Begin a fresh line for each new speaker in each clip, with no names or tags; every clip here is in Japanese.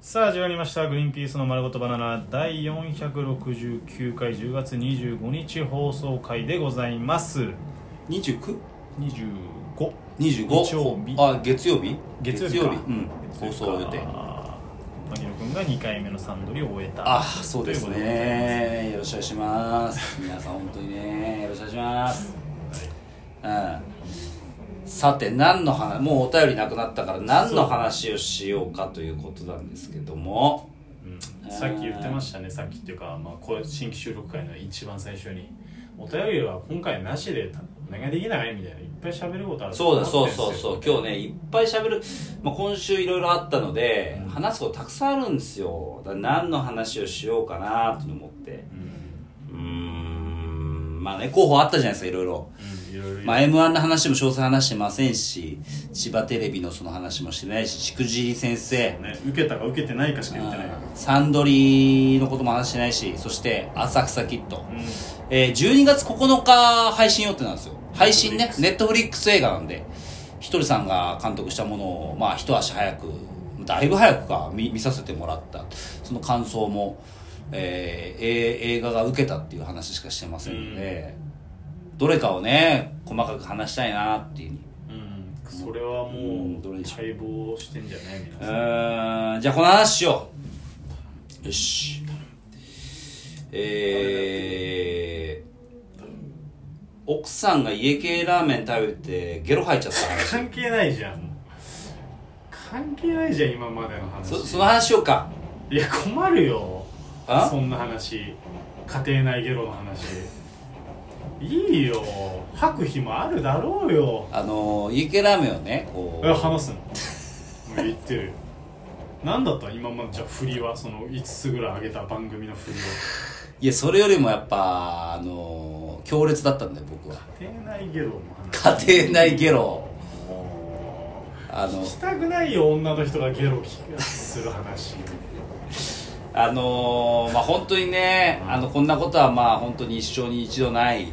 さあ始まりました「グリーンピースの丸ごとバナナ」第469回10月25日放送回でございます
二十九？
25
二十五？
日曜日
あ月曜日？
月曜日か
うん。放送予定。
牧野君が2回目のサンドリを終えた
あそうです
ということでございます
ね。よろしくお願いします。皆さん本当にねよろしくお願いします。うん。さて何の話もうお便りなくなったから何の話をしようかということなんですけども。
うんさっき言ってましたねさっきっていうか、まあ、こう新規収録会の一番最初にお便りは今回なしでお願いできないみたいないっぱい喋ることあると
そう
思
だ
って
そうそうそう今日ねいっぱい喋る、まあ、今週いろいろあったので、
うん
話すことたくさんあるんですよだから何の話をしようかなと思って
うん
うーんまあね候補あったじゃないですかいろいろ、
うんいろいろ
まあ、m 1の話も詳細話してませんし千葉テレビのその話もしてないししくじり先生
ね受けたか受けてないかしか言ってないから
うんサンドリーのことも話してないしそして浅草キッド、
うん
えー12月9日配信予定なんですよ配信ねネットフリックス映画なんでひとりさんが監督したものをまあ一足早くだいぶ早くか見見させてもらったその感想も、えーえー映画が受けたっていう話しかしてませんので、どれかをね細かく話したいなっていう
うんそれはも
ん
う
どれにしよ
待望してんじゃない皆
う
さん
ーんじゃあこの話しようよしえー奥さんが家系ラーメン食べてゲロ吐いちゃった話
関係ないじゃん関係ないじゃん今までの話
そその話しようか
いや困るよ
あ
そんな話家庭内ゲロの話いいよ吐く日もあるだろうよ
あのー家系ラーメンをねこう
え話すのもう言ってるよ何だった今までじゃあ振りはその5つぐらい上げた番組の振りはい
やそれよりもやっぱあのー強烈だったんだよ僕は
家庭内ゲロの話
家庭内ゲロあの
したくないよ女の人がゲロ聞くする話
あのーまあ本当にねあのこんなことはまあ本当に一生に一度ない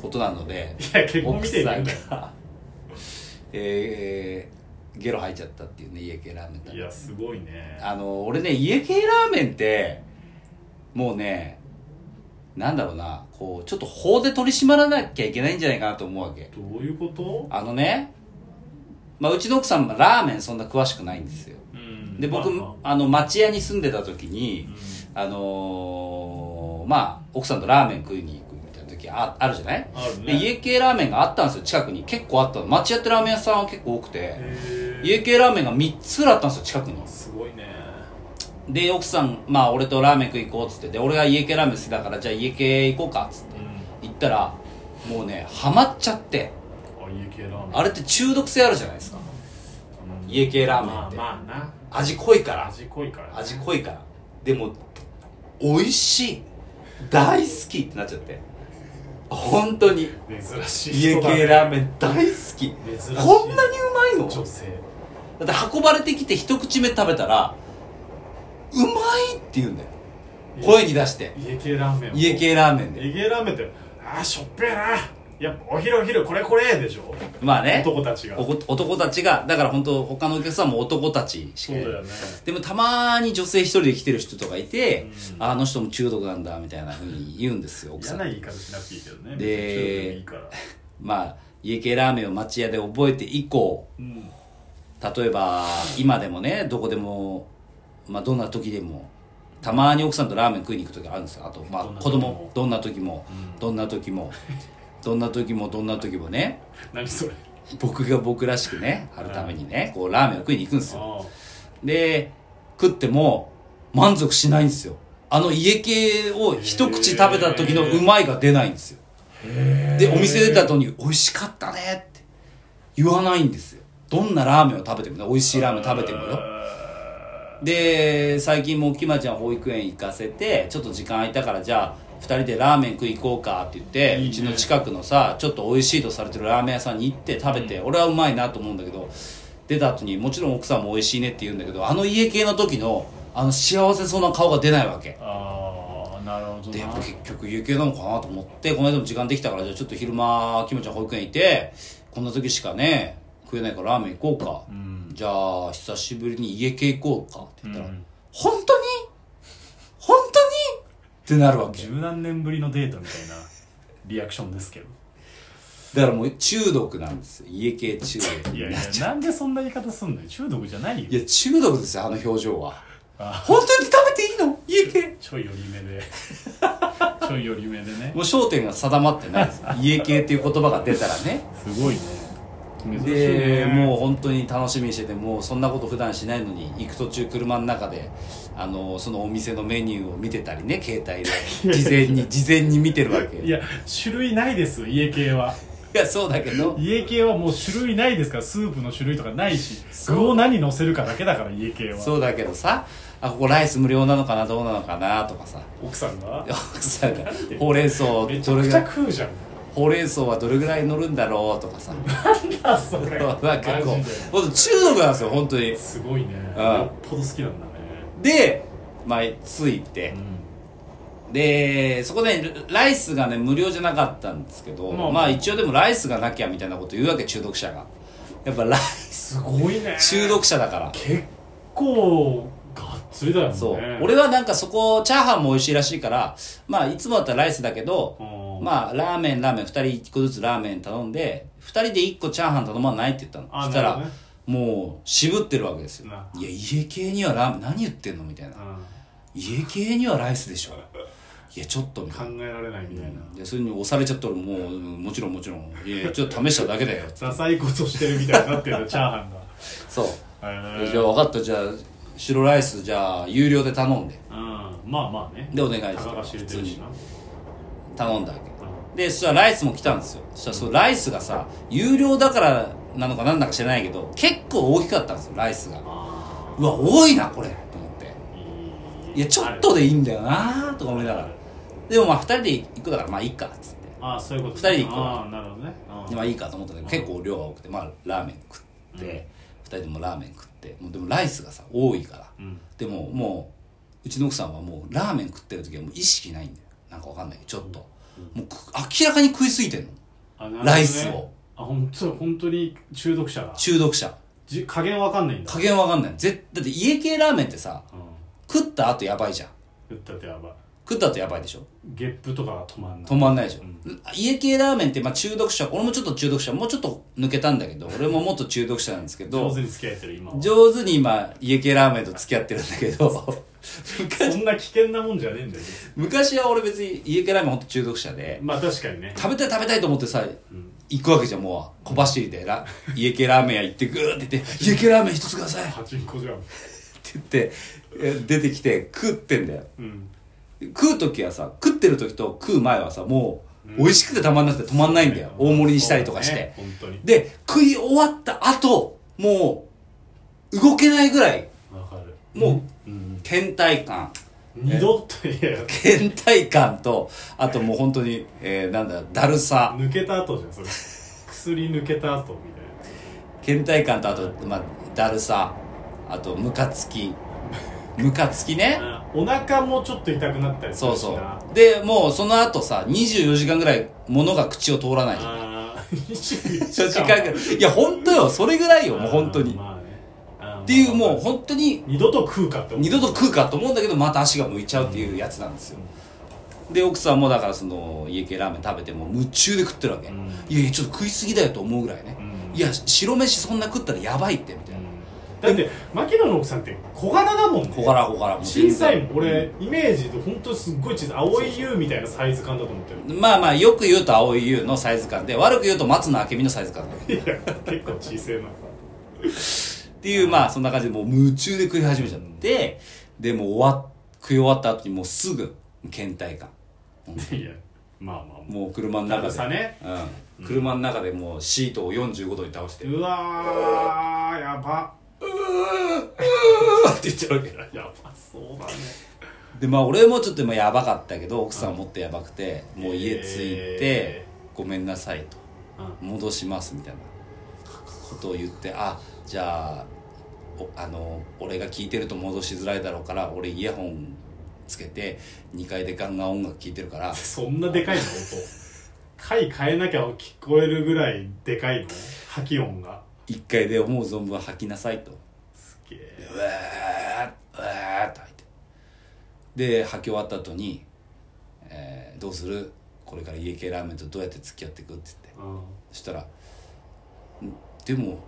ことなので
いや結婚
奥
見てる
さん
んだよ
が、えー、ゲロ吐いちゃったっていうね家系ラーメン食べ
い
て
やすごいね
あの俺ね家系ラーメンってもうねなんだろうなこうちょっと法で取り締まらなきゃいけないんじゃないかなと思うわけ
どういうこと
あのね、まあ、うちの奥さんもラーメンそんな詳しくないんですよ
うん
で僕、
まあまあ
あの町屋に住んでた時に、
うん
あのーまあ、奥さんとラーメン食いに行くみたいな時ああるじゃない
あるね
で家系ラーメンがあったんですよ近くに結構あったの町屋ってラーメン屋さんは結構多くて
へー
家系ラーメンが3つぐらいあったんですよ近くに
すごいね
で奥さんまあ俺とラーメン食い行こうっつってで俺が家系ラーメン好きだからじゃあ家系行こうかっつって
うん
行ったらもうねハマっちゃって
あ家系ラーメン
あれって中毒性あるじゃないですか
うん
家系ラーメンって
まあまあ
味濃いか
な
ら
味濃いからね
味濃いからでも美味しい大好きってなっちゃって本当に
珍しい
家
人だね
系ラーメン大好き
珍しい
こんなにうまいの
女性
だって運ばれてきて一口目食べたらうまいって言うんだよ声に出して
家系ラーメンを
家系ラーメンで
家系ラーメンってあーしょっぺえなやっぱお昼お昼これこれでしょ
まあね
男たちが
おこ男たちがだから本当他のお客さんも男たちし
そ
か
う
い
だ
ない
よね
でもたまに女性一人で来てる人とかいて、
うん
あの人も中毒なんだみたいなふうに言うんですよ奥さ
嫌
ん
な言い方しなくていいけどね
で
別に中でもいいから
まあ家系ラーメンを町屋で覚えて以降
うん
例えば今でもねどこでも、まあ、どんな時でもたまに奥さんとラーメン食いに行く時あるんですよあと、まあ
どん、な
子
時も
供どんな時も、
うん
どんな時もどんな時もどんな時もね
何それ
僕が僕らしくねあるためにねこうラーメンを食いに行くんです
あ
よで食っても満足しないんですよあの家系を一口食べた時のうまいが出ないんですよでお店出た後に「美味しかったね」って言わないんですよどんなラーメンを食べてもね美味しいラーメン食べてもよで最近もきまちゃん保育園行かせてちょっと時間空いたからじゃあ2人でラーメン食い行こうかって言っ
い
て
いね
うちの近くのさちょっと美味しいとされてるラーメン屋さんに行って食べて、俺はうまいなと思うんだけど出た後にもちろん奥さんも美味しいねって言うんだけどあの家系の時のあの幸せそうな顔が出ないわけ
あーなるほど
でやっ
な
ぱ結局家系なのかなと思ってこの間も時間できたからじゃあちょっと昼間きまちゃん保育園いてこんな時しかね食えないからラーメン行こうか、
うん
じゃあ久しぶりに家系行こうかって言ったら、
うん
本当に本当にってなるわけ
十何年ぶりのデートみたいなリアクションですけど
だからもう中毒なんですよ家系中毒
い
い
や
や
いやなんでそんな言い方すんのよ中毒じゃないよ
中毒ですよあの表情は
あ
本当に食べていいの家系
ちょい寄り目でちょい寄り目でね
もう焦点が定まってないですよ家系っていう言葉が出たらね
すごいね珍しい
で
ね
もう本当に楽しみにしててもうそんなこと普段しないのに行く途中車の中であのそのお店のメニューを見てたりね携帯で事前に事前に見てるわけ
いや種類ないです家系はい
やそうだけど
家系はもう種類ないですからスープの種類とかないし
そう
具を何乗せるかだけだから家系は
そうだけどさあここライス無料なのかなどうなのかなとかさ
奥さんが
奥さんがほうれん草ど
めちゃ
れ
く
ぐ
ち
ら
ゃ
い
食うじゃん
ほうれん草はどれぐらい乗るんだろうとかさ
あ それ
なん
マ
かこ
ジで
うほんと中毒なんですよ本当に
すごいね
うん
よっぽど好きなんだね
でまあ着いて、でそこでライスがね無料じゃなかったんですけど、
まあ
まあ一応でもライスがなきゃみたいなこと言うわけ中毒者がやっぱライス
すごいね
中毒者だから
結構がっつりだよね
そう俺はなんかそこチャーハンも美味しいらしいからまあいつもだったらライスだけど
うん
まあラーメンラーメン2人1個ずつラーメン頼んで2人で1個チャーハン頼まないって言ったの
あ
そしたら、
なるほ
もう渋ってるわけですよ
ない
や家系にはラーメン何言ってんのみたいな家系にはライスでしょいやちょっとみた
う
いな
ん考えられないみたいな
でそれに押されちゃったらもううんもちろんもちろんいやいやちょっと試しただ けだよ
ダサいことしてるみたいになってるよチャーハンが
そう
へー
じゃあ分かったじゃあ白ライスじゃあ有料で頼んで
うんまあまあね
でお願い
たかが
し
知
て
れ
普
て
通
るし
に
な
頼んだわけでそしたらライスも来たんですよそしたらそのライスがさ有料だからなのかなんだか知らないけど結構大きかったんですよライスが
あ
うわ多いなこれと思って
ー
いやちょっとでいいんだよなとか思いながらでもまあ2人で行くだからまあいいかっつって
ああそういうこと
二人で行くから
ああなるほどね
でまあいいかと思ったんだけど結構量が多くてまあラーメン食っ
う
て、
ん
2人でもラーメン食ってもうでもライスがさ多いから
うん
でももううちの奥さんはもうラーメン食ってる時はもう意識ないんだよなんかわかんないけどちょっと、もうく明らかに食いすぎてんの
あなるほどね
ライスを
あ本当本当に中毒者だ
中毒者
じ加減わかんないんだ
加減わかんない絶だって家系ラーメンってさ
うん
食った後やばいじゃん
言ったってやばい
食った後やばいでしょ
ゲップとかが止まんない
止まんないでしょ、
う
家系ラーメンってまあ中毒者俺もちょっと中毒者もうちょっと抜けたんだけど俺ももっと中毒者なんですけど
上手に付き合えてる今は
上手に今家系ラーメンと付き合ってるんだけ ど昔
そんな危険なもんじゃねえんだよ別に
昔は俺別に家系ラーメンほんと中毒者で
まあ確かにね
食べたい食べたいと思ってさ
うん
行くわけじゃんもう小走りでラ家系ラーメン屋行ってグーって言って「家系ラーメン一つください」って
パチンコじゃん
言ってえ出てきて食ってんだよ
うん
食う時はさ食ってる時と食う前はさもう美味しくてたまんなくて止まんないんだよ大盛りにしたりとかして、
そうね本当に
で食い終わった後もう動けないぐらい
わかる
も
う
うん倦怠感
二度といや
倦怠感とあともう本当に、えーなんだだるさ
抜けた後じゃんそれ薬抜けた後み たいな
倦怠感とあと、まあ、だるさあとムカ つきムカつきね
あお腹もちょっと痛くなったりす
そ
る
う
し
そ
な
うでもうその後さ24時間ぐらい物が口を通らない
あー24
24時間ぐらいいや本当よそれぐらいよもう本当に
あー
っ
まあねあー
ていう
まあ
もう本当に
二度と食うかって思う
二度と食うかと思うんだけどまた足が向いちゃうっていうやつなんですよで奥さんもだからその家系ラーメン食べてもう夢中で食ってるわけ、
うん
いやいやちょっと食いすぎだよと思うぐらいね、
うん
いや白飯そんな食ったらやばいってみたいな
だって牧野の奥さんって小柄だもんね
小柄小柄もう全
小
然
さいもん俺イメージで本当すっごい小さい青い優みたいなサイズ感だと思 ってる
まあまあよく言うと青井優のサイズ感で悪く言うと松野明美のサイズ感だっ
いや結構小さいな
ていうまあそんな感じでもう夢中で食い始めちゃってでもう終わっ食い終わった後にもうすぐ倦怠 感
いやまあまあ
もう車の
だ
中
る
で、
さね
うん、車の中でもうシートを45度に倒して「う
うわーやば
わ」って言っちゃうわけ
やばそうだね
でまあ俺もちょっとまあやばかったけど奥さんはもっとやばくてもう家着いて
え
「ごめんなさい」と「戻します」みたいなことを言って「あじゃあおあの俺が聞いてると戻しづらいだろうから俺イヤホンつけて2階でガンガン音楽聞いてるから
そんなでかいの音回変えなきゃ聞こえるぐらいでかいの破棄音が
一回で思う存分吐きなさいと
すげ
で
え
うわーっうわーっと吐いてで吐き終わった後に、えーどうするこれから家系ラーメンとどうやって付き合っていくって言って
うんうん
そしたらん「でも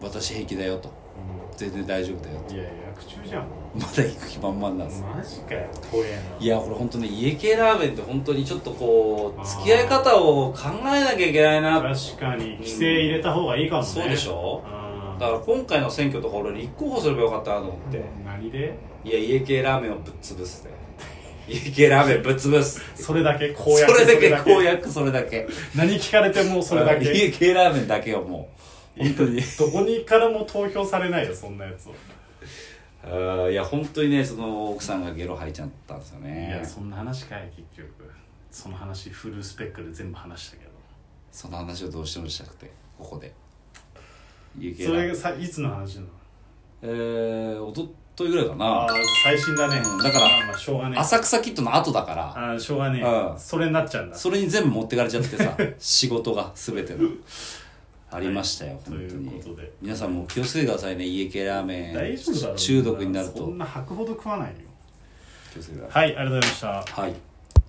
私平気だよ」と「全然大丈夫だよ
いや役中じゃん」
まだ行く気満々なんです
マジかよ怖えない
やこれ本当ね家系ラーメンって本当にちょっとこう付き合い方を考えなきゃいけないな
確かに規制入れた方がいいかもね
そうでしょ
うん
だから今回の選挙とか俺立候補すればよかったなと思って、
何で
いや家系ラーメンをぶっ潰すね 家系ラーメンぶっ潰す
それだけ公約
それだけ公約それだけ
何聞かれてもそれだけ
家系ラーメンだけはもう本当に
どこにからも投票されないよそんなやつを
あーいや本当にねその奥さんがゲロ吐いちゃったんですよ
い
ね
やそんな話かい結局その話フルスペックで全部話したけ
その話をどうしてもしたくてここで家系
ど
ラ
そ
ー
れ
メ
が
ン
さいつの話なの
えー、おとといぐらいか
あ
な
あ最新だね
うんだから
まあまあしょうがねえ
浅草キッドの後だから
ああしょうがね
うん
えそれになっちゃうんだ
それに全部持ってかれちゃって さ仕事が全てのありましたよ
と
本
い
当
うこ
に
とで
皆さんも気をつけてくださいね家系ラーメ
大丈夫だろう
ン中毒になる
そ
と
んな吐くほど食わないよ
気をつけてくださ
はいありがとうございました
いはい